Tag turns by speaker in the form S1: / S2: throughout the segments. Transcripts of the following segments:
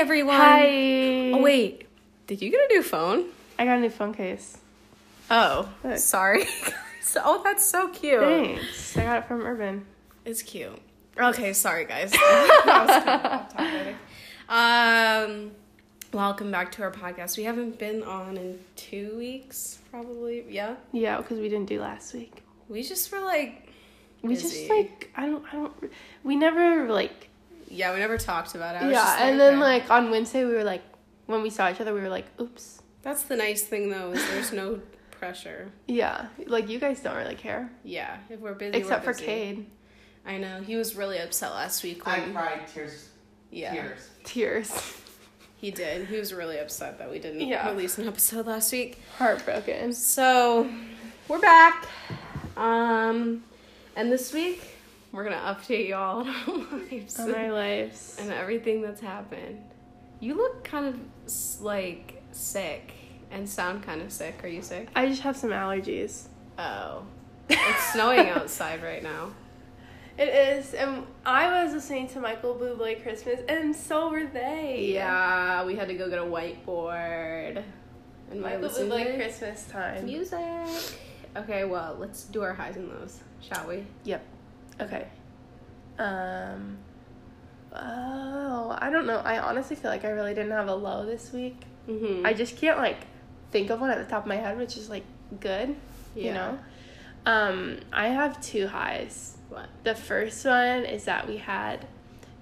S1: everyone.
S2: Um, Hi.
S1: Oh, wait. Did you get a new phone?
S2: I got a new phone case.
S1: Oh,
S2: Look.
S1: sorry. So- oh, that's so cute.
S2: Thanks. I got it from Urban.
S1: It's cute. Okay, sorry guys. That was kind of off topic. um, welcome back to our podcast. We haven't been on in two weeks, probably. Yeah,
S2: Yeah, because we didn't do last week.
S1: we just were like,
S2: We
S1: Busy.
S2: just like I don't I don't we never like
S1: yeah, we never talked about it. I was
S2: yeah,
S1: just
S2: and then
S1: okay.
S2: like on Wednesday we were like when we saw each other we were like oops
S1: that's the nice thing though is there's no pressure.
S2: yeah like you guys don't really care
S1: Yeah, if we're busy,
S2: except
S1: we're
S2: for
S1: busy.
S2: Cade
S1: I know he was really upset last week.
S3: I
S1: When,
S3: cried tears.
S1: yeah,
S3: Tears.
S2: tears
S1: he did. He was really upset that we didn't
S2: Yeah.
S1: release an episode last week.
S2: heartbroken
S1: So we're back. Um, and this week we're gonna update y'all on our lives
S2: on our lives
S1: and everything that's happened. You look kind of s- like sick and sound kind of sick. Are you sick?
S2: I just have some allergies
S1: Oh, it's snowing outside right now.
S2: It is, and I was listening to Michael Bublé Christmas, and so were they.
S1: Yeah, we had to go get a whiteboard. And my
S2: Michael
S1: listened
S2: Bublé
S1: to
S2: Christmas time.
S1: music. Okay, well, let's do our highs and lows, shall we?
S2: Yep. Okay. Um. Oh, I don't know. I honestly feel like I really didn't have a low this week.
S1: Mm-hmm.
S2: I just can't like think of one at the top of my head, which is like good. You
S1: Yeah.
S2: know. Um, I have two highs.
S1: What?
S2: The first one is that we had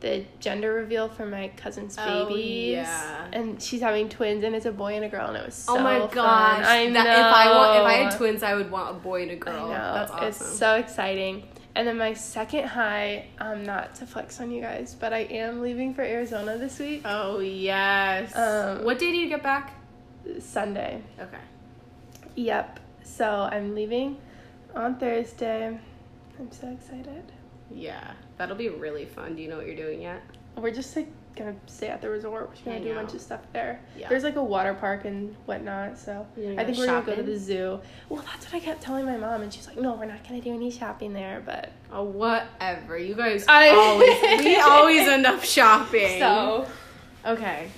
S2: the gender reveal for my cousin's
S1: Oh,
S2: babies.
S1: yeah.
S2: And she's having twins and it's a boy and a girl and it was so
S1: oh my
S2: fun.
S1: gosh!
S2: I
S1: That- if I want, if I
S2: know.
S1: had twins, I would want a boy and a
S2: I
S1: girl.
S2: know.
S1: That's awesome.
S2: It's so exciting. And then my second high, um, not to flex on you guys, but I am leaving for Arizona this week.
S1: oh yes.
S2: Um,
S1: what day do you get back?
S2: Sunday.
S1: Okay.
S2: Yep. So I'm leaving on Thursday. I'm so excited.
S1: Yeah, that'll be really fun. Do you know what you're doing yet?
S2: We're just like gonna stay at the resort. We're just gonna
S1: Hang
S2: do a bunch
S1: out.
S2: of stuff there.
S1: Yeah.
S2: There's like a water park and whatnot. So
S1: You're gonna
S2: I
S1: go
S2: think we're gonna go to
S1: shopping?
S2: the zoo. Well, that's what I kept telling my mom, and she's like, "No, we're not gonna do any shopping there." But
S1: Oh, whatever. You guys
S2: I-
S1: always we always end up shopping.
S2: so
S1: okay,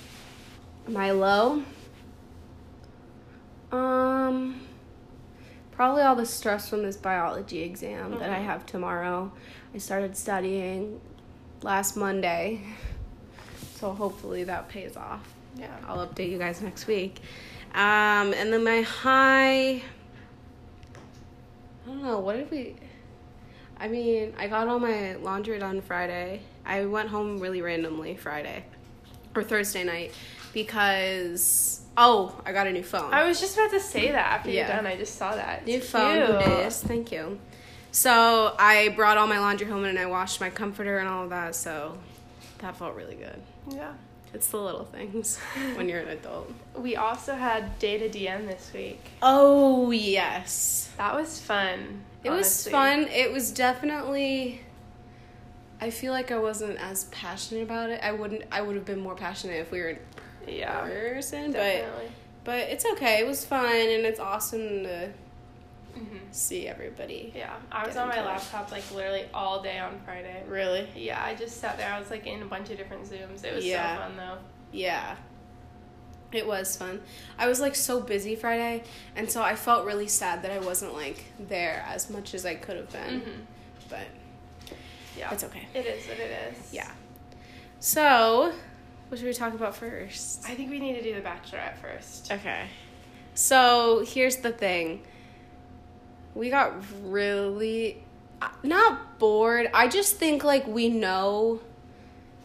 S1: my low. Um, probably all the stress from this biology exam that I have tomorrow. I started studying last Monday, so hopefully that pays off.
S2: yeah,
S1: I'll update you guys next week. Um, and then my high. I don't know. What did we? I mean, I got all my laundry done Friday. I went home really randomly Friday or Thursday night because oh, I got a new phone.
S2: I was just about to say that after
S1: Yeah.
S2: you're done. I just saw that
S1: New
S2: It's
S1: phone, who
S2: cute.
S1: dis? Thank you. So I brought all my laundry home and I washed my comforter and all of that. So that felt really good.
S2: Yeah.
S1: It's the little things when you're an adult.
S2: We also had day to DM this week.
S1: Oh yes.
S2: That was fun.
S1: It was
S2: honestly.
S1: fun. It was definitely. I feel like I wasn't as passionate about it. I wouldn't. I would have been more passionate if we were in
S2: Yeah.
S1: person.
S2: Oh, Definitely.
S1: But but it's okay. It was fun, and it's awesome to
S2: Mhm.
S1: see everybody.
S2: Yeah. I was
S1: Get
S2: on my
S1: into it.
S2: laptop like literally all day on Friday.
S1: Really?
S2: Yeah, I just sat there. I was like in a bunch of different Zooms. It was
S1: Yeah.
S2: so fun though.
S1: Yeah. It was fun. I was like so busy Friday, and so I felt really sad that I wasn't like there as much as I could have been. But
S2: Mm-hmm. Yeah.
S1: it's okay.
S2: It is what it is.
S1: Yeah. So, what should we talk about first?
S2: I think we need to do The Bachelorette first.
S1: Okay. So here's the thing. We got really uh, not bored. I just think like we know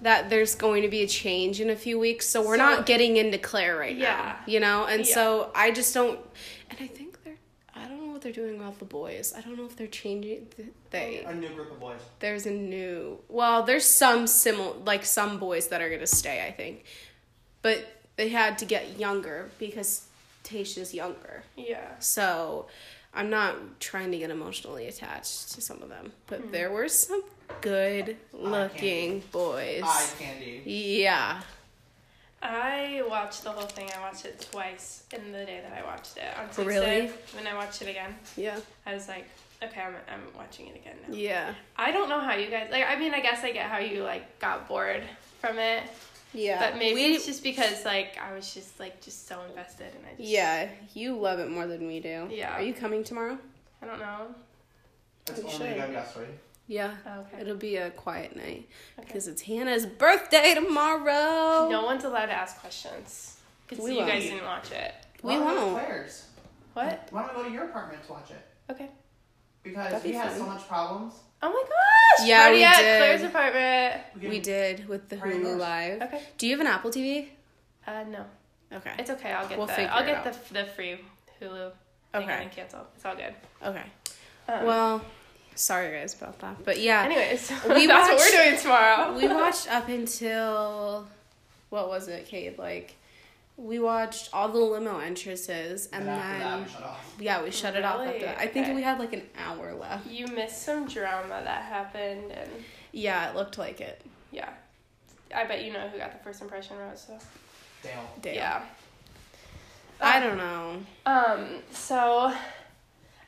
S1: that there's going to be a change in a few weeks, so we're
S2: So-
S1: not getting into Claire right
S2: Yeah.
S1: now. You know, and
S2: Yeah.
S1: so I just don't. And I think they're. I don't know what they're doing with the boys. I don't know if they're changing. Th- they
S3: A new group of boys.
S1: there's a new well there's some simil like some boys that are gonna stay i think but they had to get younger because tasha's younger
S2: Yeah.
S1: so i'm not trying to get emotionally attached to some of them but
S2: Hmm.
S1: there were some good looking boys
S3: Eye candy.
S1: yeah
S2: I watched the whole thing. I watched it twice in the day that I watched it. On Tuesday,
S1: Really?
S2: when I watched it again,
S1: yeah
S2: I was like, okay, I'm, I'm watching it again now.
S1: yeah
S2: I don't know how you guys like. I mean, I guess I get how you like got bored from it,
S1: Yeah.
S2: But maybe
S1: we-
S2: it's just because like I was just like just so invested and I just
S1: Yeah, you love it more than we do.
S2: Yeah.
S1: Are you coming tomorrow?
S2: I don't know. Oh,
S1: That's
S3: That's
S1: You
S3: only
S1: only should.
S3: young us, right?
S1: Yeah.
S2: Okay.
S1: It'll be a quiet night
S2: Okay.
S1: because it's Hannah's birthday tomorrow.
S2: No one's allowed to ask questions because
S1: We
S2: you
S1: won't.
S2: guys didn't watch it.
S1: We
S3: Why don't go to
S1: won't.
S3: Claire's?
S2: What?
S3: Why don't we go to your apartment to watch it?
S2: Okay.
S3: Because
S1: That'd be
S3: we had
S1: fun.
S3: so much problems.
S2: Oh my gosh!
S1: Yeah,
S2: Party
S1: we
S2: at
S1: did.
S2: Claire's apartment.
S3: can-
S1: We did with the
S3: Are you
S1: Hulu
S3: yours?
S1: Live.
S2: Okay.
S1: Do you have an Apple TV?
S2: Uh, no,
S1: Okay.
S2: it's okay. I'll get
S1: We'll
S2: the
S1: figure
S2: I'll
S1: it
S2: get the the free Hulu. thing
S1: Okay.
S2: And cancel. It's all good.
S1: okay.
S2: Um,
S1: Well, sorry guys about that. But yeah,
S2: anyways, so
S1: we
S2: that's what
S1: watched-
S2: we're doing tomorrow.
S1: we watched up until what was it, Kate? Like we watched all the limo entrances and
S3: And after that,
S1: then
S3: we shut off.
S1: yeah, we shut it off after
S2: Really?
S1: that. I think
S2: Okay.
S1: we had like an hour left.
S2: You missed some drama that happened, and
S1: Yeah, it looked like it.
S2: yeah, I bet you know who got the first impression rose. So
S3: Dale.
S1: Damn.
S2: yeah.
S1: I don't know.
S2: Um, so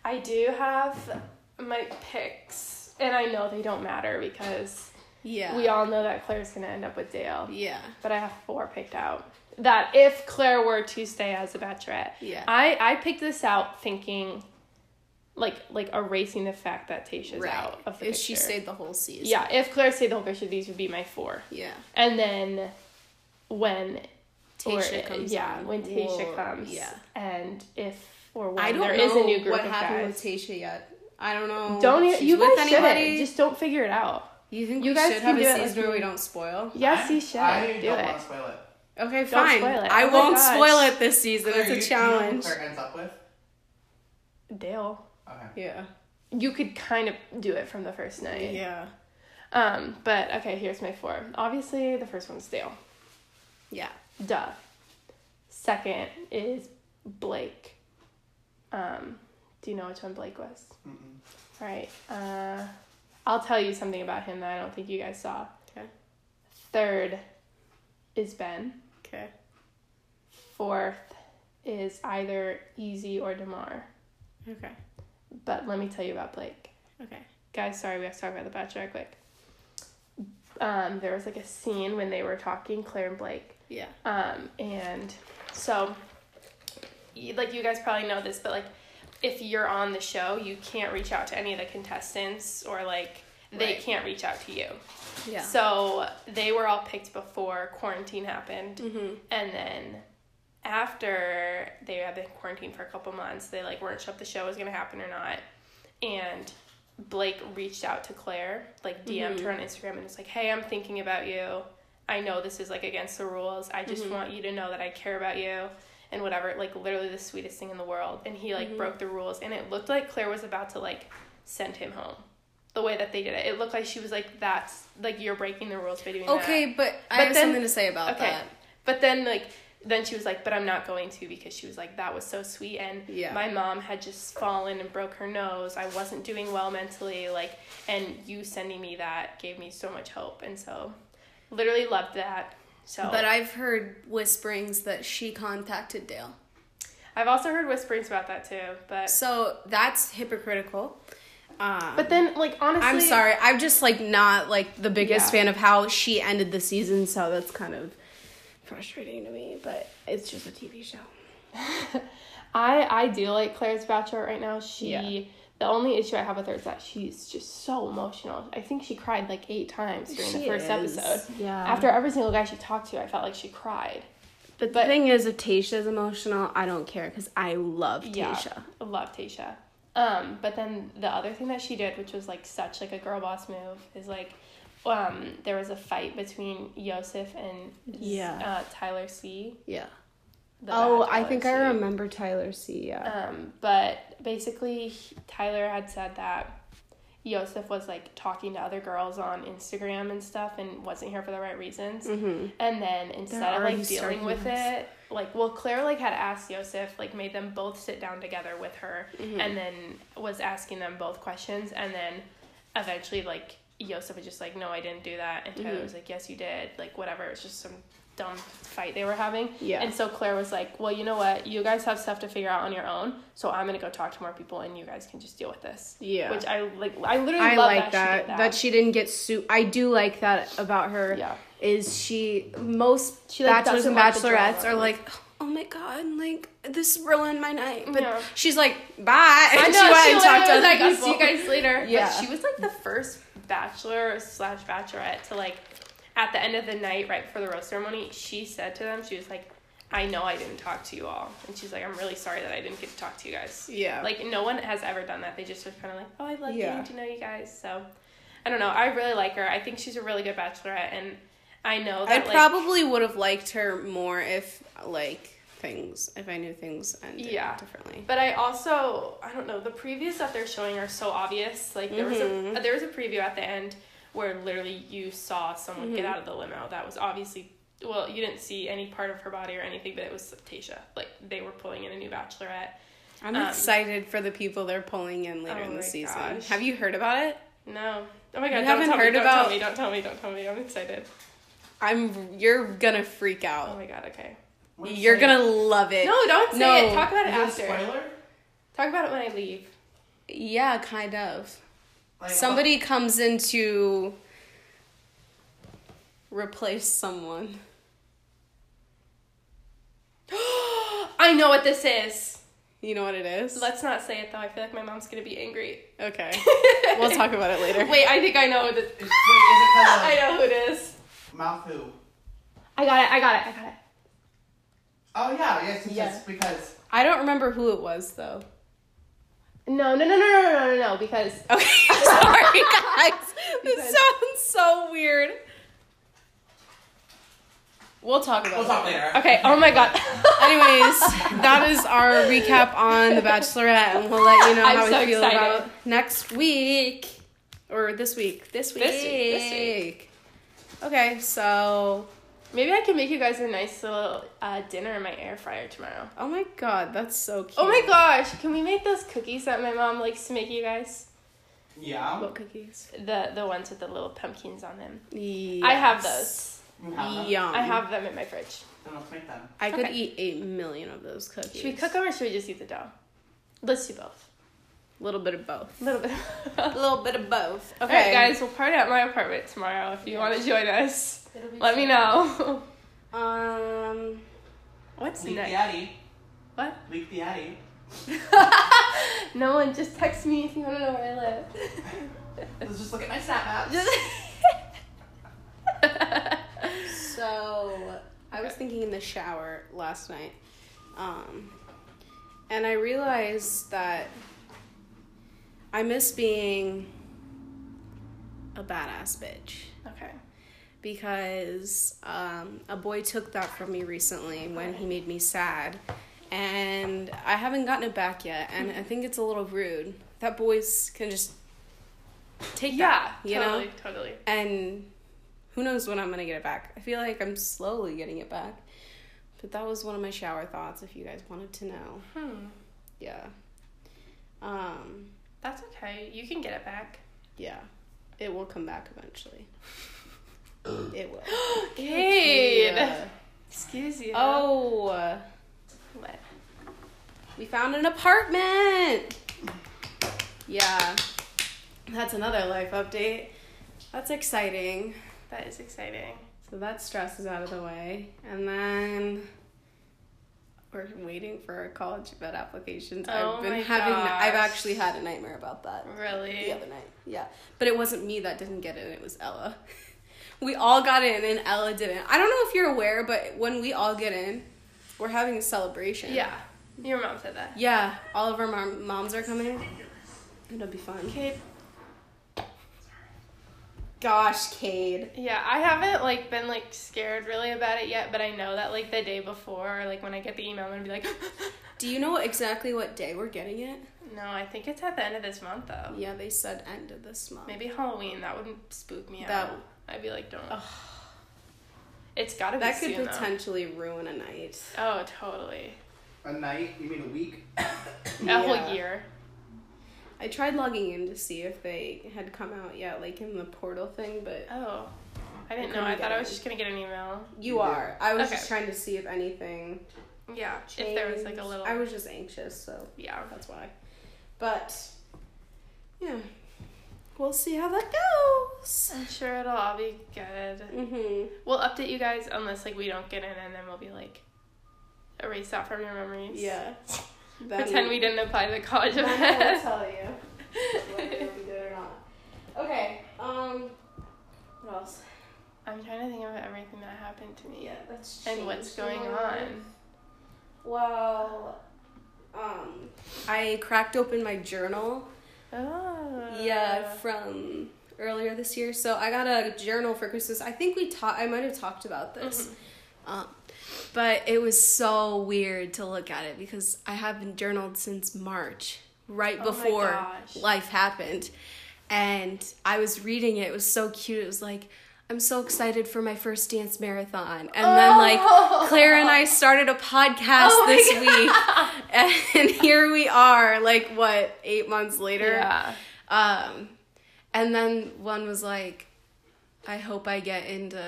S2: I do have my picks, and I know they don't matter because
S1: Yeah.
S2: we all know that Claire's gonna end up with Dale.
S1: Yeah.
S2: But I have four picked out. That if Claire were to stay as a bachelorette,
S1: Yeah.
S2: I I picked this out thinking, like like erasing the fact that Tasha's out of the
S1: if she
S2: picture.
S1: stayed the whole season.
S2: yeah, if Claire stayed the whole picture, these would be my four.
S1: Yeah.
S2: And then when
S1: Tasha
S2: or,
S1: comes
S2: yeah,
S1: on.
S2: when Tasha
S1: Well,
S2: comes,
S1: Yeah.
S2: and if or
S1: I
S2: when
S1: don't
S2: there
S1: know
S2: is a new group
S1: what
S2: of
S1: happened with
S2: guys,
S1: Tasha yet. I don't know.
S2: don't
S1: if
S2: e-
S1: she's
S2: you
S1: with
S2: guys
S1: anybody.
S2: shouldn't just don't figure it out.
S1: you think
S2: you
S1: we
S2: guys
S1: should
S2: can
S1: have a
S2: do it like
S1: season where we
S2: you-
S1: don't spoil?
S2: Yes,
S3: I-
S2: you should
S3: I
S2: do
S3: don't
S2: it.
S3: want to spoil it.
S1: Okay,
S2: Don't
S1: fine.
S2: spoil it.
S1: I
S2: Oh my
S1: won't
S2: gosh.
S1: spoil it this season. it's
S3: Claire,
S1: a
S3: you- you know who
S1: challenge.
S3: Claire ends up with.
S2: Dale,
S3: Okay.
S1: yeah.
S2: you could kind of do it from the first night.
S1: Yeah.
S2: Um, but okay, here's my four. Obviously, the first one's Dale.
S1: Yeah.
S2: Duh. Second is Blake. Um, do you know which one Blake was?
S3: Mm-mm.
S2: Right. Uh, I'll tell you something about him that I don't think you guys saw.
S1: Okay.
S2: Third is Ben.
S1: Okay.
S2: Fourth is either Easy or Demar.
S1: Okay.
S2: But let me tell you about Blake.
S1: Okay.
S2: Guys, sorry, we have to talk about the Bachelor quick. Um, there was like a scene when they were talking, Claire and Blake,
S1: Yeah.
S2: Um, and so, you- like, you guys probably know this, but like, if you're on the show, you can't reach out to any of the contestants, or like, they
S1: Right.
S2: can't reach out to you.
S1: Yeah.
S2: So they were all picked before quarantine happened,
S1: mm-hmm.
S2: and then after they had been quarantined for a couple months, they like weren't sure if the show was gonna happen or not, and Blake reached out to Claire, like DM'd
S1: Mm-hmm.
S2: her on Instagram, and was like, "Hey, I'm thinking about you. I know this is like against the rules. I
S1: Mm-hmm.
S2: just want you to know that I care about you." And whatever, like literally the sweetest thing in the world. And he
S1: Mm-hmm.
S2: like broke the rules, and it looked like Claire was about to like send him home. The way that they did it, it looked like she was like, "That's like you're breaking the rules by doing that."
S1: Okay, but, I
S2: But
S1: have
S2: then-
S1: something to say about
S2: Okay.
S1: that.
S2: But then like then she was like, but I'm not going to because she was like, that was so sweet and
S1: Yeah.
S2: my mom had just fallen and broke her nose. I wasn't doing well mentally, like and you sending me that gave me so much hope and so literally loved that. So
S1: But I've heard whisperings that she contacted Dale.
S2: I've also heard whisperings about that too. But
S1: So that's hypocritical. Um,
S2: but then like honestly
S1: I'm sorry. I'm just like not like the biggest
S2: Yeah.
S1: fan of how she ended the season, so that's kind of frustrating to me. But it's just a TV show.
S2: I I do like Claire's Bachelor right now. She
S1: Yeah.
S2: the only issue I have with her is that she's just so emotional. I think she cried like eight times during the
S1: She
S2: first
S1: is.
S2: episode.
S1: Yeah.
S2: After every single guy she talked to, I felt like she cried.
S1: But, the thing is, if Tasha's emotional, I don't care because I love Tasha.
S2: I love Tasha. Um, but then the other thing that she did, which was like such like a girl boss move, is like um there was a fight between Yosef and
S1: Yeah.
S2: uh, Tyler C.
S1: Yeah.
S2: the
S1: oh,
S2: bad
S1: I
S2: Tyler
S1: think
S2: C.
S1: I remember Tyler C. Yeah.
S2: Um, but basically, he- Tyler had said that Yosef was like talking to other girls on Instagram and stuff and wasn't here for the right reasons.
S1: Mm-hmm,
S2: And then instead of
S1: Mm. already
S2: like dealing
S1: starting
S2: with
S1: this.
S2: it, like, well, Claire like had asked Yosef, like, made them both sit down together with her
S1: mm-hmm.
S2: and then was asking them both questions. And then eventually, like, Yosef was just like, no, I didn't do that. And
S1: Mm-hmm.
S2: Tyler was like, yes, you did. Like, whatever. It was just some dumb fight they were having.
S1: Yeah.
S2: And so Claire was like, well, you know what? You guys have stuff to figure out on your own. So I'm going to go talk to more people and you guys can just deal with this.
S1: Yeah.
S2: Which I like, I literally
S1: I
S2: love
S1: like that
S2: that.
S1: that. she didn't get sued. I do like that about her.
S2: Yeah.
S1: is she most
S4: She, like,
S1: bachelors
S4: doesn't
S1: and
S4: want the
S1: bachelorettes
S4: drama.
S1: are like, oh my god, like this ruined my night. But
S2: Yeah.
S1: she's like, bye. And she went and talked to
S2: was
S1: other
S2: like, I'll see you
S1: people.
S2: guys later.
S4: Yeah.
S2: But she was like the first bachelor slash bachelorette to like, at the end of the night, right before the rose ceremony, she said to them, she was like, I know I didn't talk to you all. And she's like, I'm really sorry that I didn't get to talk to you guys.
S1: Yeah.
S2: Like, no one has ever done that. They just are kind of like, oh, I love
S4: Yeah.
S2: getting to know you guys. So, I don't know. I really like her. I think she's a really good bachelorette. And I know
S1: I
S2: that, like,
S1: probably would have liked her more if like things if I knew things ended
S2: Yeah.
S1: differently.
S2: But I also I don't know the previews that they're showing are so obvious. Like there was
S1: Mm-hmm.
S2: a there was a preview at the end where literally you saw someone get
S1: Mm-hmm.
S2: out of the limo that was obviously well you didn't see any part of her body or anything but it was Tasha like they were pulling in a new bachelorette.
S1: I'm
S2: Um,
S1: excited for the people they're pulling in later
S2: Oh
S1: in
S2: my
S1: the season.
S2: gosh.
S1: Have you heard about it?
S2: No, oh my god,
S1: You
S2: don't
S1: haven't
S2: tell
S1: heard
S2: me, don't
S1: about-
S2: tell me, don't tell me, don't tell me. I'm excited.
S1: I'm you're gonna freak
S2: Oh
S1: out.
S2: my god, okay.
S3: What is
S1: You're
S3: it?
S1: gonna love it.
S2: No, don't say
S1: No.
S2: it. Talk about it
S3: Is it a
S2: after.
S3: spoiler?
S2: Talk about it when I leave.
S1: Yeah, kind of.
S3: Like,
S1: Somebody comes in to replace someone.
S2: I know what this is.
S1: You know what it is?
S2: Let's not say it though. I feel like my mom's gonna be angry.
S1: okay. we'll talk about it later.
S2: Wait, I think I know the.
S3: Is, wait, is it 'cause
S2: I know who it is.
S3: of mouth who?
S4: I got it. I got it. I got it.
S3: Oh yeah, yes, yes,
S4: Yeah.
S3: yes, because
S1: I don't remember who it was though.
S4: No, no, no, no, no, no, no, no. Because
S1: Okay, sorry guys. This sounds so weird. We'll talk about
S3: we'll
S1: it.
S3: talk later.
S2: Okay. Oh my god.
S1: Anyways, that is our recap on The Bachelorette, and we'll let you know
S2: I'm
S1: how
S2: so
S1: we feel
S2: excited.
S1: about next week or this week. This week.
S2: This week, this
S1: week. Okay, so
S2: Maybe I can make you guys a nice little uh, dinner in my air fryer tomorrow.
S1: oh my god, that's so cute.
S2: Oh my gosh! Can we make those cookies that my mom likes to make you guys?
S3: Yeah.
S1: What cookies?
S2: The the ones with the little pumpkins on them. I have
S1: Yes.
S2: those.
S3: You have them?
S1: Yum.
S2: I have them in my fridge.
S3: Then let's make them.
S1: I could
S2: okay.
S1: eat eight million of those cookies.
S2: Should we cook them or should we just eat the dough? Let's do both.
S1: A little bit of both.
S2: A little bit.
S1: A little bit of both. Okay,
S2: Alright, guys, we'll party at my apartment tomorrow. If you want to join us, let me know.
S1: Um.
S2: What's
S3: Leak the
S2: next?
S3: Addy.
S2: What?
S3: Leak the Addy.
S2: no one. Just text me if you want to know where I live.
S3: Let's just look at my snap maps.
S1: So I was thinking in the shower last night, um, and I realized that I miss being a badass bitch
S2: okay.
S1: because um, a boy took that from me recently when he made me sad, and I haven't gotten it back yet, and I think it's a little rude that boys can just take
S2: Yeah.
S1: that, you
S2: totally,
S1: know,
S2: Totally.
S1: and who knows when I'm gonna get it back. I feel like I'm slowly getting it back. But that was one of my shower thoughts if you guys wanted to know.
S2: Hmm.
S1: Yeah. Um,
S2: That's okay. You can get it back.
S1: yeah. It will come back eventually. it will.
S2: Cade.
S1: Yeah.
S2: Excuse you.
S1: Oh,
S2: What?
S1: we found an apartment. Yeah. That's another life update. That's exciting.
S2: That is exciting.
S1: So that stress is out of the way. And then we're waiting for our college vet applications.
S2: Oh
S1: I've been
S2: my
S1: having I've
S2: gosh.
S1: actually had a nightmare about that
S2: Really?
S1: the other night. Yeah. But it wasn't me that didn't get in, it was Ella. We all got in and Ella didn't. I don't know if you're aware, but when we all get in, we're having a celebration.
S2: Yeah. Your mom said that.
S1: Yeah. All of our mom- moms are coming. It'll be fun.
S2: Cade.
S1: Gosh, Cade.
S2: Yeah, I haven't like been like scared really about it yet, but I know that like the day before, like when I get the email, I'm gonna be like,
S1: Do you know exactly what day we're getting it?
S2: no, I think it's at the end of this month though.
S1: Yeah, they said end of this month.
S2: Maybe Halloween. That wouldn't spook me
S1: That-
S2: out. I'd be like, don't. It's gotta be
S1: That could
S2: soon, though.
S1: potentially ruin a night.
S2: Oh, totally.
S3: A night? You mean a week?
S2: A
S1: Yeah.
S2: whole year.
S1: I tried logging in to see if they had come out yet, like in the portal thing, but
S2: Oh, I didn't know.
S1: couldn't
S2: I
S1: get
S2: thought I was
S1: it.
S2: just gonna get an email.
S1: you are. I was just
S2: Okay.
S1: trying to see if anything.
S2: Yeah, if there was like a
S1: changed.
S2: little.
S1: I was just anxious, so
S2: yeah.
S1: that's why. But yeah, we'll see how that goes. notes.
S2: I'm sure it'll all be good.
S1: Mm-hmm.
S2: We'll update you guys unless like we don't get in, and then we'll be like, erase that from your memories.
S1: Yeah. That
S2: Pretend we didn't apply to the college event.
S1: tell you whether it'll be good or not. Okay. Um. What else?
S2: I'm trying to think of everything that happened to me
S1: Yeah, that's
S2: and what's
S1: changed
S2: going
S1: a lot.
S2: on.
S1: Well, um, I cracked open my journal. Ah.
S2: Oh.
S1: yeah, from earlier this year. So I got a journal for Christmas. I think we taught. I might have talked about this.
S2: Mm-hmm.
S1: Um, but it was so weird to look at it because I haven't journaled since March, right
S2: Oh my
S1: before
S2: gosh.
S1: life happened. And I was reading it. It was so cute. It was like, I'm so excited for my first dance marathon. And then, like, Claire and I started a podcast
S2: Oh my
S1: this week. And here we are, like, what, eight months later?
S2: Yeah.
S1: Um, and then one was like, I hope I get into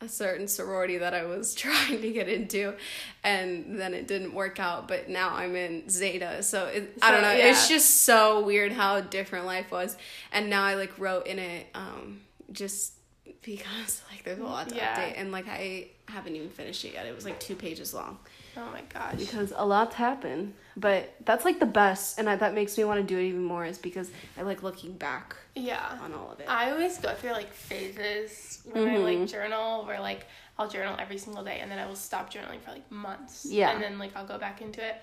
S1: a certain sorority that I was trying to get into, and then it didn't work out. But now I'm in Zeta, so it, I don't
S2: So,
S1: know.
S2: yeah.
S1: It's just so weird how different life was, and now I like wrote in it, um, just because like there's a lot to
S2: Yeah.
S1: update, and like I haven't even finished it yet. It was like two pages long
S2: Oh my gosh.
S1: because a lot's happened but that's like the best and I, that makes me want to do it even more is because i like looking back
S2: Yeah.
S1: on all of it Mm-hmm.
S2: I always go through like phases when I like journal where like I'll journal every single day and then I will stop journaling for like months.
S1: Yeah.
S2: And then like I'll go back into it.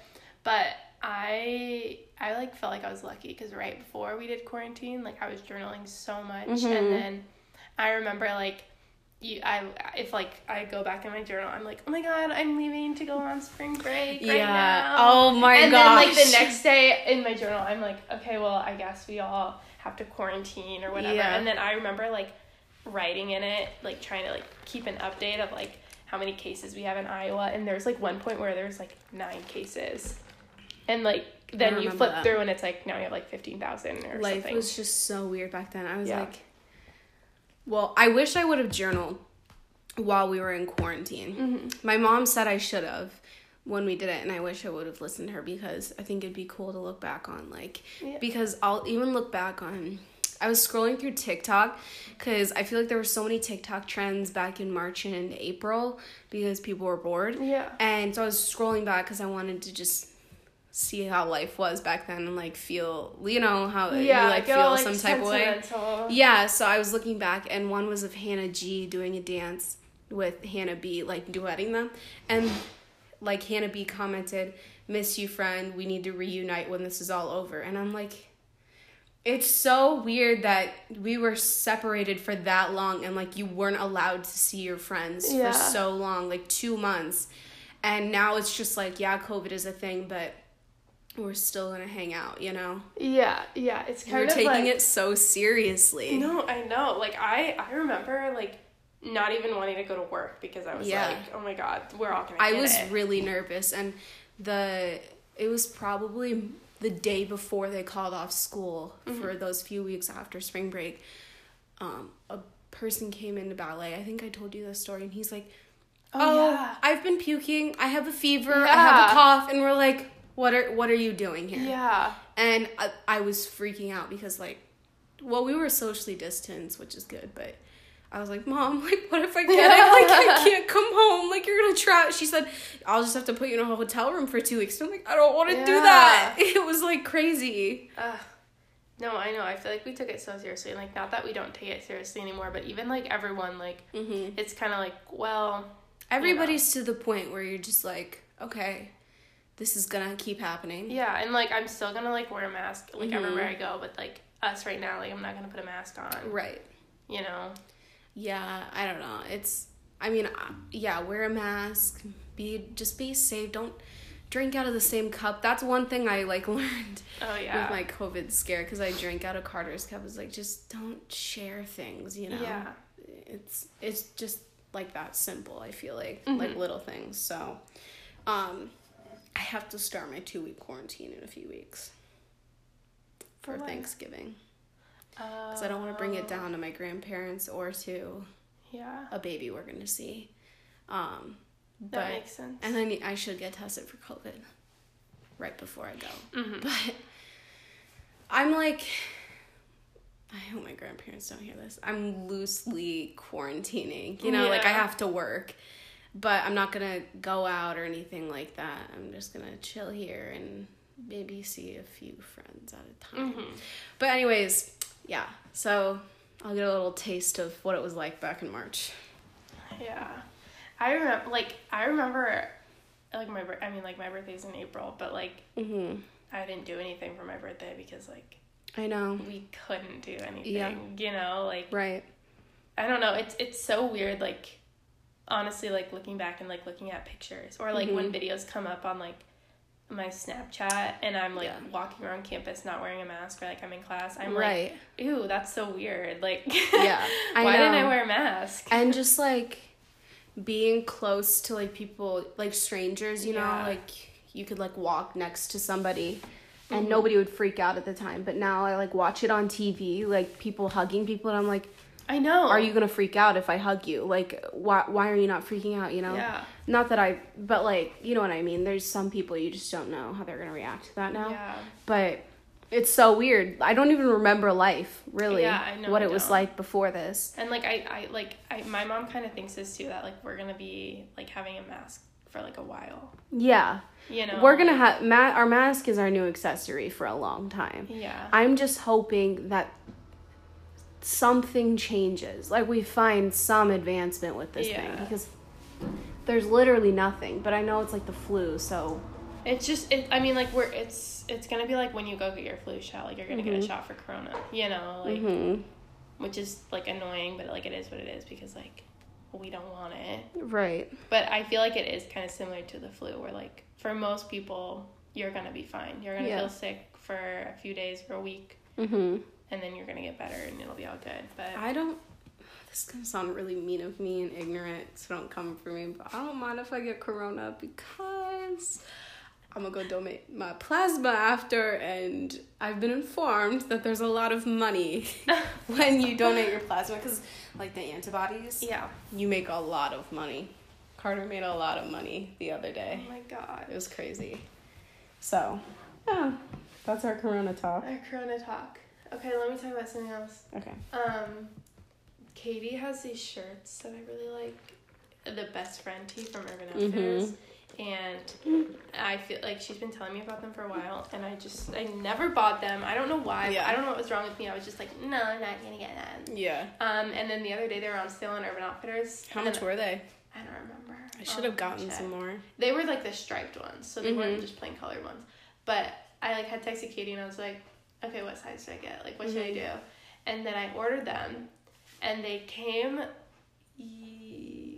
S2: But I I like felt like I was lucky because right before we did quarantine, like I was journaling so much
S1: Mm-hmm.
S2: and then I remember like you, I if like I go back in my journal, I'm like, oh my god, I'm leaving to go on spring break. Right now
S1: oh my
S2: and
S1: gosh
S2: then like the next day in my journal i'm like okay well i guess we all have to quarantine or whatever
S1: Yeah.
S2: and then i remember like writing in it like trying to like keep an update of like how many cases we have in iowa and there's like one point where there's like nine cases and like then you
S1: remember
S2: flip
S1: that.
S2: through and it's like now you have like 15000 or
S1: life
S2: something
S1: was just so weird back then i was
S2: Yeah.
S1: like well i wish i would have journaled while we were in quarantine
S2: Mm-hmm.
S1: my mom said i should have when we did it and i wish i would have listened to her because i think it'd be cool to look back on like
S2: Yeah.
S1: because i'll even look back on i was scrolling through tiktok because i feel like there were so many tiktok trends back in march and in april because people were bored
S2: Yeah.
S1: and so i was scrolling back because i wanted to just see how life was back then and like feel you know how
S2: yeah
S1: you like
S2: get
S1: feel
S2: all,
S1: some type of way
S2: sentimental.
S1: yeah so i was looking back and one was of hannah g doing a dance with hannah b like duetting them and like hannah b commented miss you friend we need to reunite when this is all over and i'm like it's so weird that we were separated for that long and like you weren't allowed to see your friends
S2: Yeah.
S1: for so long like two months and now it's just like yeah covid is a thing but we're still gonna hang out you know
S2: yeah yeah it's kind
S1: you're
S2: of
S1: taking
S2: like,
S1: it so seriously
S2: No, I know. Like I, I remember like not even wanting to go to work because I was
S1: Yeah.
S2: like, oh my god, we're all gonna.
S1: i
S2: get
S1: was
S2: it.
S1: really nervous and the it was probably the day before they called off school
S2: Mm-hmm.
S1: for those few weeks after spring break um, a person came into ballet i think i told you this story and he's like oh,
S2: yeah.
S1: I've been puking. I have a fever. I have
S2: Yeah.
S1: a cough, and we're like, what are what are you doing here?
S2: yeah,
S1: And I, I was freaking out because like, well, we were socially distanced, which is good, but I was like, mom, like, what if I get it? Like, I can't come home. Like, you're gonna try. She said, I'll just have to put you in a hotel room for two weeks. I'm like, I don't want to do
S2: Yeah.
S1: that. It was like crazy.
S2: Ugh. no, I know. I feel like we took it so seriously. Like not that we don't take it seriously anymore, but even like everyone, like it's kind of like, well,
S1: Everybody's to the point where you're just like, okay, this is gonna keep happening.
S2: yeah, and like I'm still gonna like wear a mask like
S1: Mm-hmm.
S2: everywhere I go, but like us right now, like I'm not gonna put a mask on.
S1: Right.
S2: You know.
S1: Yeah, I don't know. It's I mean, uh, yeah, wear a mask, be just be safe. Don't drink out of the same cup. That's one thing I like learned
S2: Oh
S1: with
S2: yeah.
S1: my COVID scare cuz I drank out of Carter's cup. It's like just don't share things, you know.
S2: Yeah.
S1: It's it's just like that simple, I feel like.
S2: Mm-hmm.
S1: Like little things. So, um I have to start my 2-week quarantine in a few weeks for
S2: what?
S1: Thanksgiving
S2: Uh,
S1: cuz I don't want to bring it down to my grandparents or to
S2: yeah.
S1: a baby we're gonna see. Um,
S2: That
S1: but
S2: makes sense.
S1: and I need, I should get tested for COVID
S2: Mm-hmm.
S1: right before I go. But I'm like, I hope my grandparents don't hear this. I'm loosely quarantining. You know, like I
S2: Yeah.
S1: have to work, but I'm not gonna go out or anything like that. I'm just gonna chill here and maybe see a few friends at a time.
S2: Mm-hmm.
S1: But anyways, yeah. So I'll get a little taste of what it was like back in March.
S2: Yeah, I remember. Like I remember, like my bir- I mean, like my birthday's in April, but like
S1: hmm
S2: I didn't do anything for my birthday because like
S1: I know.
S2: we couldn't do anything.
S1: Yeah.
S2: You know, like
S1: Right.
S2: I don't know. It's it's so weird. Like honestly, like looking back and like looking at pictures or like
S1: Mm-hmm.
S2: when videos come up on like my Snapchat and I'm like
S1: Yeah.
S2: walking around campus not wearing a mask or like I'm in class. I'm
S1: right.
S2: like, ew, that's so weird. Like,
S1: Yeah, I
S2: why didn't I
S1: know.
S2: wear a mask?
S1: and just like being close to like people like strangers you
S2: Yeah.
S1: know like you could like walk next to somebody and
S2: Mm-hmm.
S1: nobody would freak out at the time but now i like watch it on tv like people hugging people and i'm like
S2: I know.
S1: are you gonna freak out if i hug you like why, why are you not freaking out you know
S2: Yeah.
S1: not that i but like you know what i mean there's some people you just don't know how they're gonna react to that now
S2: Yeah.
S1: but it's so weird i don't even remember life really
S2: Yeah, I know
S1: what
S2: I
S1: it was
S2: don't.
S1: like before this
S2: And like I, I like I, my mom kind of thinks this too that like we're gonna be like having a mask for like a while.
S1: yeah
S2: You know.
S1: We're gonna have ma- our mask is our new accessory for a long time.
S2: Yeah.
S1: I'm just hoping that something changes, like we find some advancement with this
S2: Yeah.
S1: thing because there's literally nothing. But I know it's like the flu, so
S2: It's just, it, I mean, like we're it's it's gonna be like when you go get your flu shot, like you're gonna
S1: Mm-hmm.
S2: get a shot for corona, you know, like
S1: Mhm.
S2: Mm-hmm. which is like annoying, but like it is what it is because like we don't want it.
S1: right,
S2: But I feel like it is kind of similar to the flu, where like for most people you're gonna be fine, you're gonna
S1: Yeah.
S2: feel sick for a few days or a week,
S1: hmm
S2: and then you're gonna get better and it'll be all good. But
S1: I don't. This is gonna sound really mean of me and ignorant, so don't come for me. But I don't mind if I get corona because I'm gonna go donate my plasma after, and I've been informed that there's a lot of money when you donate your plasma because, like the antibodies,
S2: yeah,
S1: you make a lot of money. Carter made a lot of money the other
S2: oh
S1: day.
S2: my
S1: It
S2: god,
S1: was crazy. So, yeah, that's our corona talk.
S2: our corona talk. Okay, let me talk about something else.
S1: Okay.
S2: Um, Katie has these shirts that I really like. The best friend tee from Urban
S1: Mm-hmm.
S2: Outfitters, and I feel like she's been telling me about them for a while, and I just I never bought them. I don't know why.
S1: Yeah.
S2: I don't know what was wrong with me. I was just like, no, I'm not gonna get them.
S1: Yeah.
S2: Um, and then the other day they were on sale on Urban Outfitters.
S1: How
S2: and
S1: much were they?
S2: I don't remember.
S1: I
S2: I'll
S1: should have
S2: have to
S1: gotten
S2: check.
S1: some more.
S2: They were like the striped ones, so they weren't
S1: Mhm.
S2: just plain colored ones. But I like had texted Katie and I was like, okay, what size should I get? Like, what should
S1: Mm-hmm.
S2: I do? And then I ordered them, and they came e-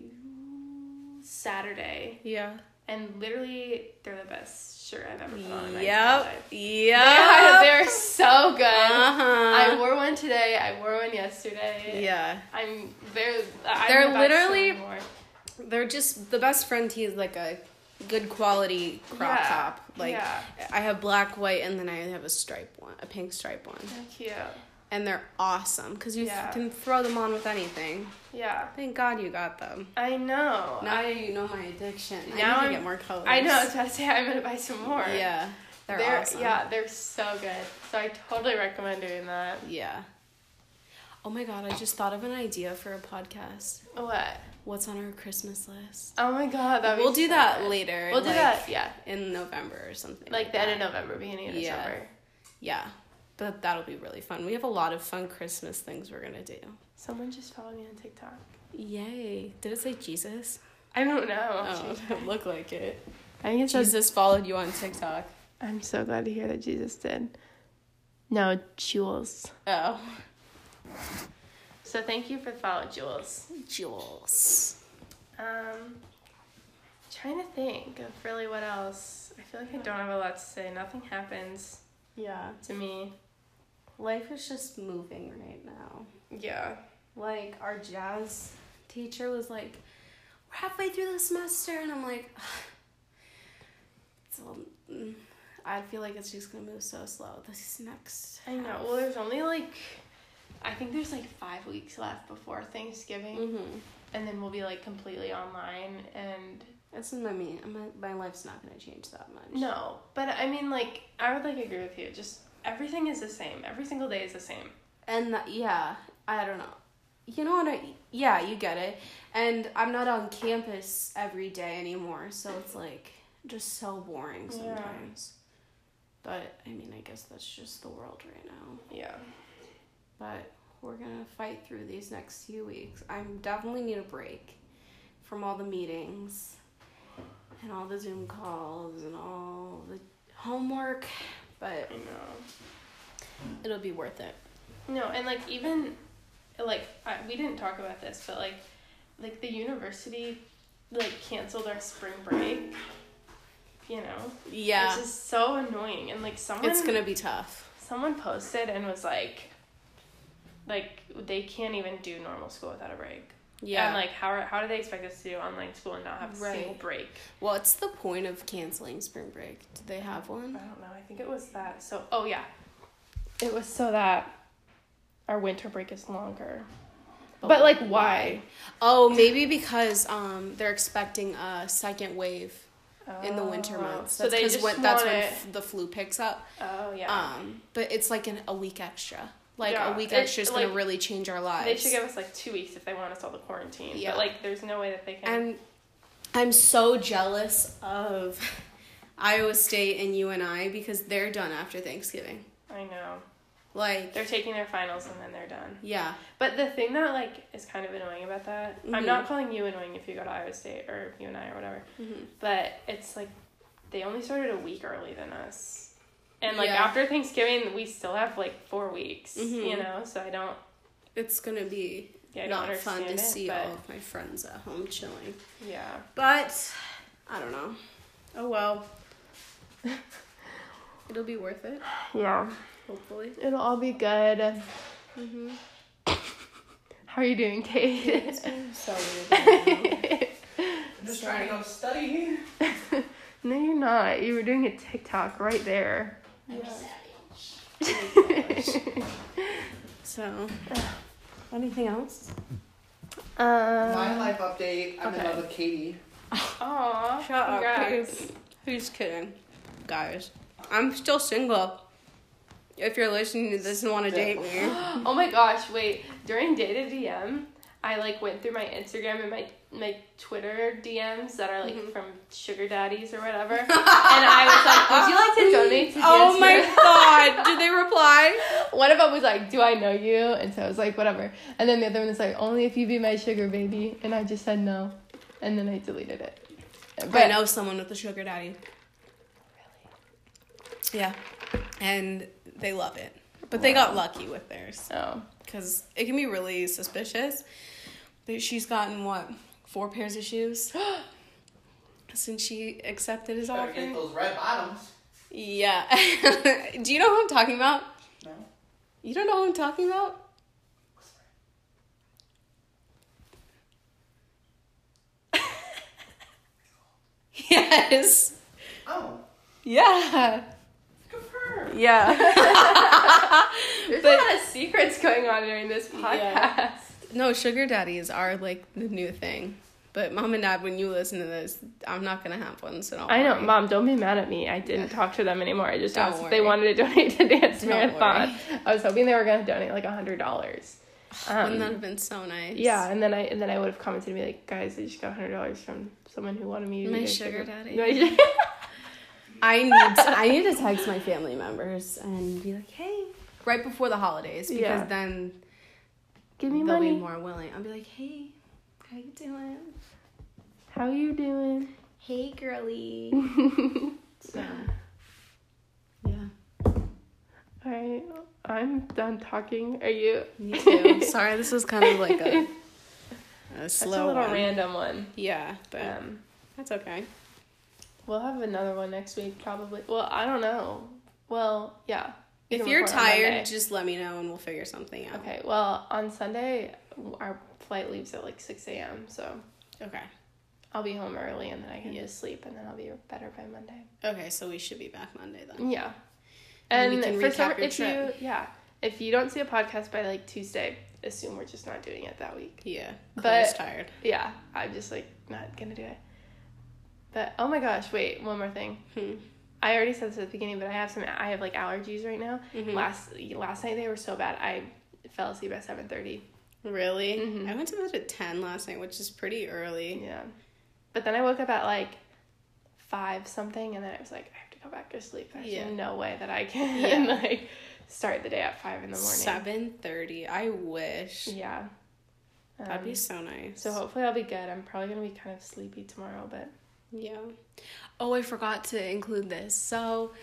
S2: Saturday,
S1: Yeah.
S2: and literally they're the best shirt I've ever put on. in my entire
S1: Yep.
S2: life. They are,
S1: Yep.
S2: they're so good. I
S1: Uh-huh.
S2: wore one today. I wore one yesterday.
S1: Yeah.
S2: I'm they're I'm
S1: They're
S2: about to sell
S1: literally-
S2: more.
S1: They're just the best friend tee is like a good quality crop
S2: Yeah.
S1: top. Like
S2: Yeah.
S1: I have black, white, and then I have a stripe one, a pink stripe one.
S2: They're cute.
S1: And they're awesome because you
S2: Yeah.
S1: can throw them on with anything.
S2: Yeah.
S1: Thank God you got them.
S2: I know.
S1: Now you know my addiction.
S2: Now
S1: I need
S2: I'm-
S1: to get more colors.
S2: I know. I was about to say I'm gonna buy some more.
S1: Yeah. They're, awesome.
S2: Yeah, they're so good. So I totally recommend doing that.
S1: Yeah. Oh my God! I just thought of an idea for a podcast.
S2: What?
S1: What's on our Christmas list?
S2: Oh my god, that
S1: We'll do that later.
S2: We'll do
S1: like-
S2: that. Yeah,
S1: in November or something.
S2: like the end of November, beginning of
S1: Yeah.
S2: December.
S1: Yeah. But that'll be really fun. We have a lot of fun Christmas things we're gonna do.
S2: Someone just followed me on TikTok.
S1: Yay. Did it say Jesus?
S2: I don't know.
S1: Oh, it looked like it.
S2: I think it
S1: Jesus followed you on TikTok.
S2: I'm so glad to hear that Jesus did. No, Jules.
S1: Oh.
S2: So thank you for following Jules.
S1: Jules.
S2: Um, trying to think of really what else. I feel like I don't have a lot to say. Nothing happens
S1: Yeah.
S2: to me.
S1: Life is just moving right now.
S2: Yeah.
S1: Like our jazz teacher was like, We're halfway through the semester and I'm like it's a little, mm, I feel like it's just gonna move so slow. This next
S2: I know. Well, there's only like, I think there's like five weeks left before Thanksgiving,
S1: Mm-hmm.
S2: and then we'll be like completely online. And
S1: That's what I mean. My, my life's not going to change that much.
S2: no, but I mean, like, I would like agree with you. Just everything is the same. Every single day is the same.
S1: and that, yeah, I don't know. You know what I? Yeah, you get it. And I'm not on campus every day anymore, so it's like just so boring
S2: Yeah.
S1: sometimes. But I mean, I guess that's just the world right now.
S2: Yeah.
S1: But we're gonna fight through these next few weeks. I definitely need a break from all the meetings and all the Zoom calls and all the homework, but
S2: I know.
S1: it'll be worth it.
S2: No, and like even like I, we didn't talk about this, but like like the university like canceled our spring break. You know,
S1: Yeah,
S2: which is so annoying. And like someone
S1: it's gonna be tough.
S2: someone posted and was like, like they can't even do normal school without a break.
S1: Yeah.
S2: And like how are, how do they expect us to do online school and not have a single
S1: Right.
S2: break?
S1: What's the point of canceling spring break? Do they have
S2: I
S1: one?
S2: don't know. I think it was that. So oh yeah, it was so that our winter break is longer. But like why?
S1: Oh, maybe because um they're expecting a second wave in the winter
S2: Oh.
S1: months.
S2: So
S1: That's
S2: they
S1: 'cause
S2: just
S1: when, that's
S2: want
S1: when
S2: it-
S1: f- the flu picks up.
S2: Oh yeah.
S1: Um, but it's like an, a week extra. Like
S2: Yeah,
S1: a week
S2: it-
S1: extra is gonna
S2: like,
S1: really change our lives.
S2: They should give us like two weeks if they want us all to quarantine.
S1: Ah, Yeah.
S2: But like, there's no way that they can.
S1: and I'm so jealous of Iowa State and UNI because they're done after Thanksgiving.
S2: I know
S1: Like,
S2: they're taking their finals and then they're done.
S1: yeah,
S2: But the thing that like is kind of annoying about that, I'm
S1: Mhm.
S2: not calling you annoying if you go to Iowa State or you and I or whatever. But it's like they only started a week early than us, and like
S1: Yeah.
S2: after Thanksgiving we still have like four weeks.
S1: Mhm.
S2: You know, so I don't.
S1: it's gonna be
S2: Yeah, I don't
S1: not fun
S2: understand
S1: to
S2: it,
S1: see
S2: but
S1: all of my friends at home chilling.
S2: yeah.
S1: But I don't know. Oh well. It'll be worth it,
S4: Yeah.
S1: hopefully.
S4: It'll all be good.
S2: Mm-hmm.
S4: How are you doing, Kate?
S1: So weird.
S3: I'm just trying to go study.
S4: no, you're not. You were doing a TikTok right there.
S1: so, anything else?
S3: My
S1: Oh
S4: Um,
S3: life update. I'm in
S1: Okay.
S3: love with Katie. Oh,
S2: Aw,
S1: Shut up,
S2: congrats.
S1: babe. Who's kidding, guys? I'm still single. If you're listening to this and want to date me,
S2: Oh my gosh, wait. During day to DM, I like went through my Instagram and my my Twitter DMs that are like from sugar daddies or whatever. and I was like, Would you like to donate to
S1: oh
S2: Dance
S1: my
S2: Hero?"
S1: god, did they reply?
S4: one of them was like, "Do I know you?" And so I was like, "Whatever." And then the other one was like, "Only if you be my sugar baby." And I just said no, and then I deleted it.
S1: I
S4: But
S1: know someone with a sugar daddy. Yeah, and they love it, but they got lucky with theirs.
S4: Oh.
S1: because it can be really suspicious. But she's gotten what four pairs of shoes since she accepted his
S3: Better get
S1: offer.
S3: those red bottoms.
S1: Yeah. Do you know who I'm talking about?
S3: No.
S1: You don't know who I'm talking about? Yes.
S3: Oh,
S1: Yeah.
S3: good for her.
S1: Yeah.
S2: There's
S1: But-
S2: a lot of secrets going on during this podcast.
S1: Yeah. No, sugar daddies are like the new thing. But mom and dad, when you listen to this, I'm not gonna have one, so don't
S2: I know,
S1: worry.
S2: mom. Don't be mad at me. I didn't talk to them anymore. I just
S1: Don't
S2: asked if they
S1: worry.
S2: wanted to donate to Dance
S1: Don't
S2: Marathon.
S1: worry.
S4: I was hoping they were gonna donate like a hundred dollars.
S1: Wouldn't that
S4: Um,
S1: have been so nice?
S4: yeah, and then I and then I would have commented and be like, "Guys, I just got hundred dollars from someone who wanted me to be
S1: My
S4: their
S1: sugar daddy.
S4: My sugar-
S1: I need to, I need to text my family members and be like, hey, right before the holidays, because
S4: Yeah.
S1: then
S4: Give me
S1: they'll
S4: money.
S1: be more willing. I'll be like, hey, how you doing?
S4: How you doing?
S1: Hey, girly. so, yeah,
S4: All right, I'm done talking. Are you?
S1: me too. Sorry, this was kind of like a, a
S2: That's
S1: slow
S2: a little
S1: one.
S2: random one.
S1: Yeah, but
S2: Um,
S1: that's okay.
S4: We'll have another one next week, probably. Well, I don't know. Well, yeah. we
S1: If
S4: can
S1: you're
S4: record on Monday.
S1: tired, just let me know and we'll figure something out.
S4: Okay, well, on Sunday, our flight leaves at like 6 a.m., so
S1: Okay.
S4: I'll be home early and then I can just sleep and then I'll be better by Monday.
S1: Okay, so we should be back Monday
S2: Mm-hmm.
S1: then.
S4: Yeah.
S1: And
S4: And,
S1: we can
S4: for
S1: recap
S4: some,
S1: your
S4: if you,
S1: trip.
S4: yeah, if you don't see a podcast by like Tuesday, assume we're just not doing it that week.
S1: Yeah.
S4: But-
S1: Claire's tired.
S4: Yeah, I'm just like not gonna do it. But oh my gosh, wait, one more thing.
S1: Hmm.
S4: I already said this at the beginning, but I have some. I have like allergies right now.
S1: Mhm.
S4: Last last night they were so bad. I
S2: fell asleep at seven thirty.
S1: Really?
S2: Mhm.
S1: I went to bed at 10 last night, which is pretty early.
S2: Yeah. But then I woke up at like five something and then I was like, I have to go back to sleep. There's
S1: Yeah.
S2: no way that I can
S1: Yeah.
S2: like start the day at five in the morning.
S1: 7.30. I wish.
S2: Yeah.
S1: That'd
S2: Um,
S1: be so nice.
S2: so hopefully I'll be good. I'm probably gonna be kind of sleepy tomorrow, but
S1: Yeah. Oh, I forgot to include this. So,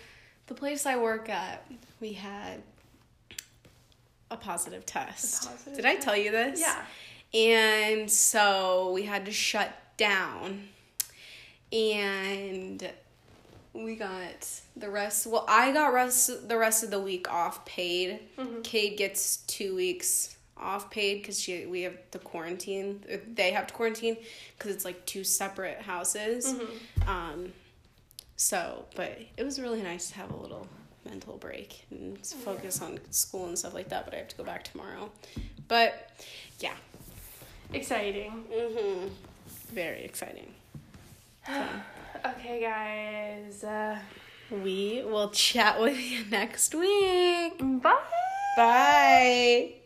S1: the place I work at, we had a positive test.
S2: positive
S1: Did I tell you this?
S2: yeah.
S1: And so we had to shut down. And we got the rest well I got rest the rest of the week off paid. Cade gets 2 weeks off paid cuz she we have to quarantine or they have to quarantine cuz it's like two separate houses. Um so, but it was really nice to have a little mental break and s- focus on school and stuff like that, but I have to go back tomorrow. But yeah,
S2: Exciting.
S1: Mm-hmm. Very exciting.
S2: Okay guys. Uh,
S1: We will chat with you next week.
S2: bye.
S1: Bye.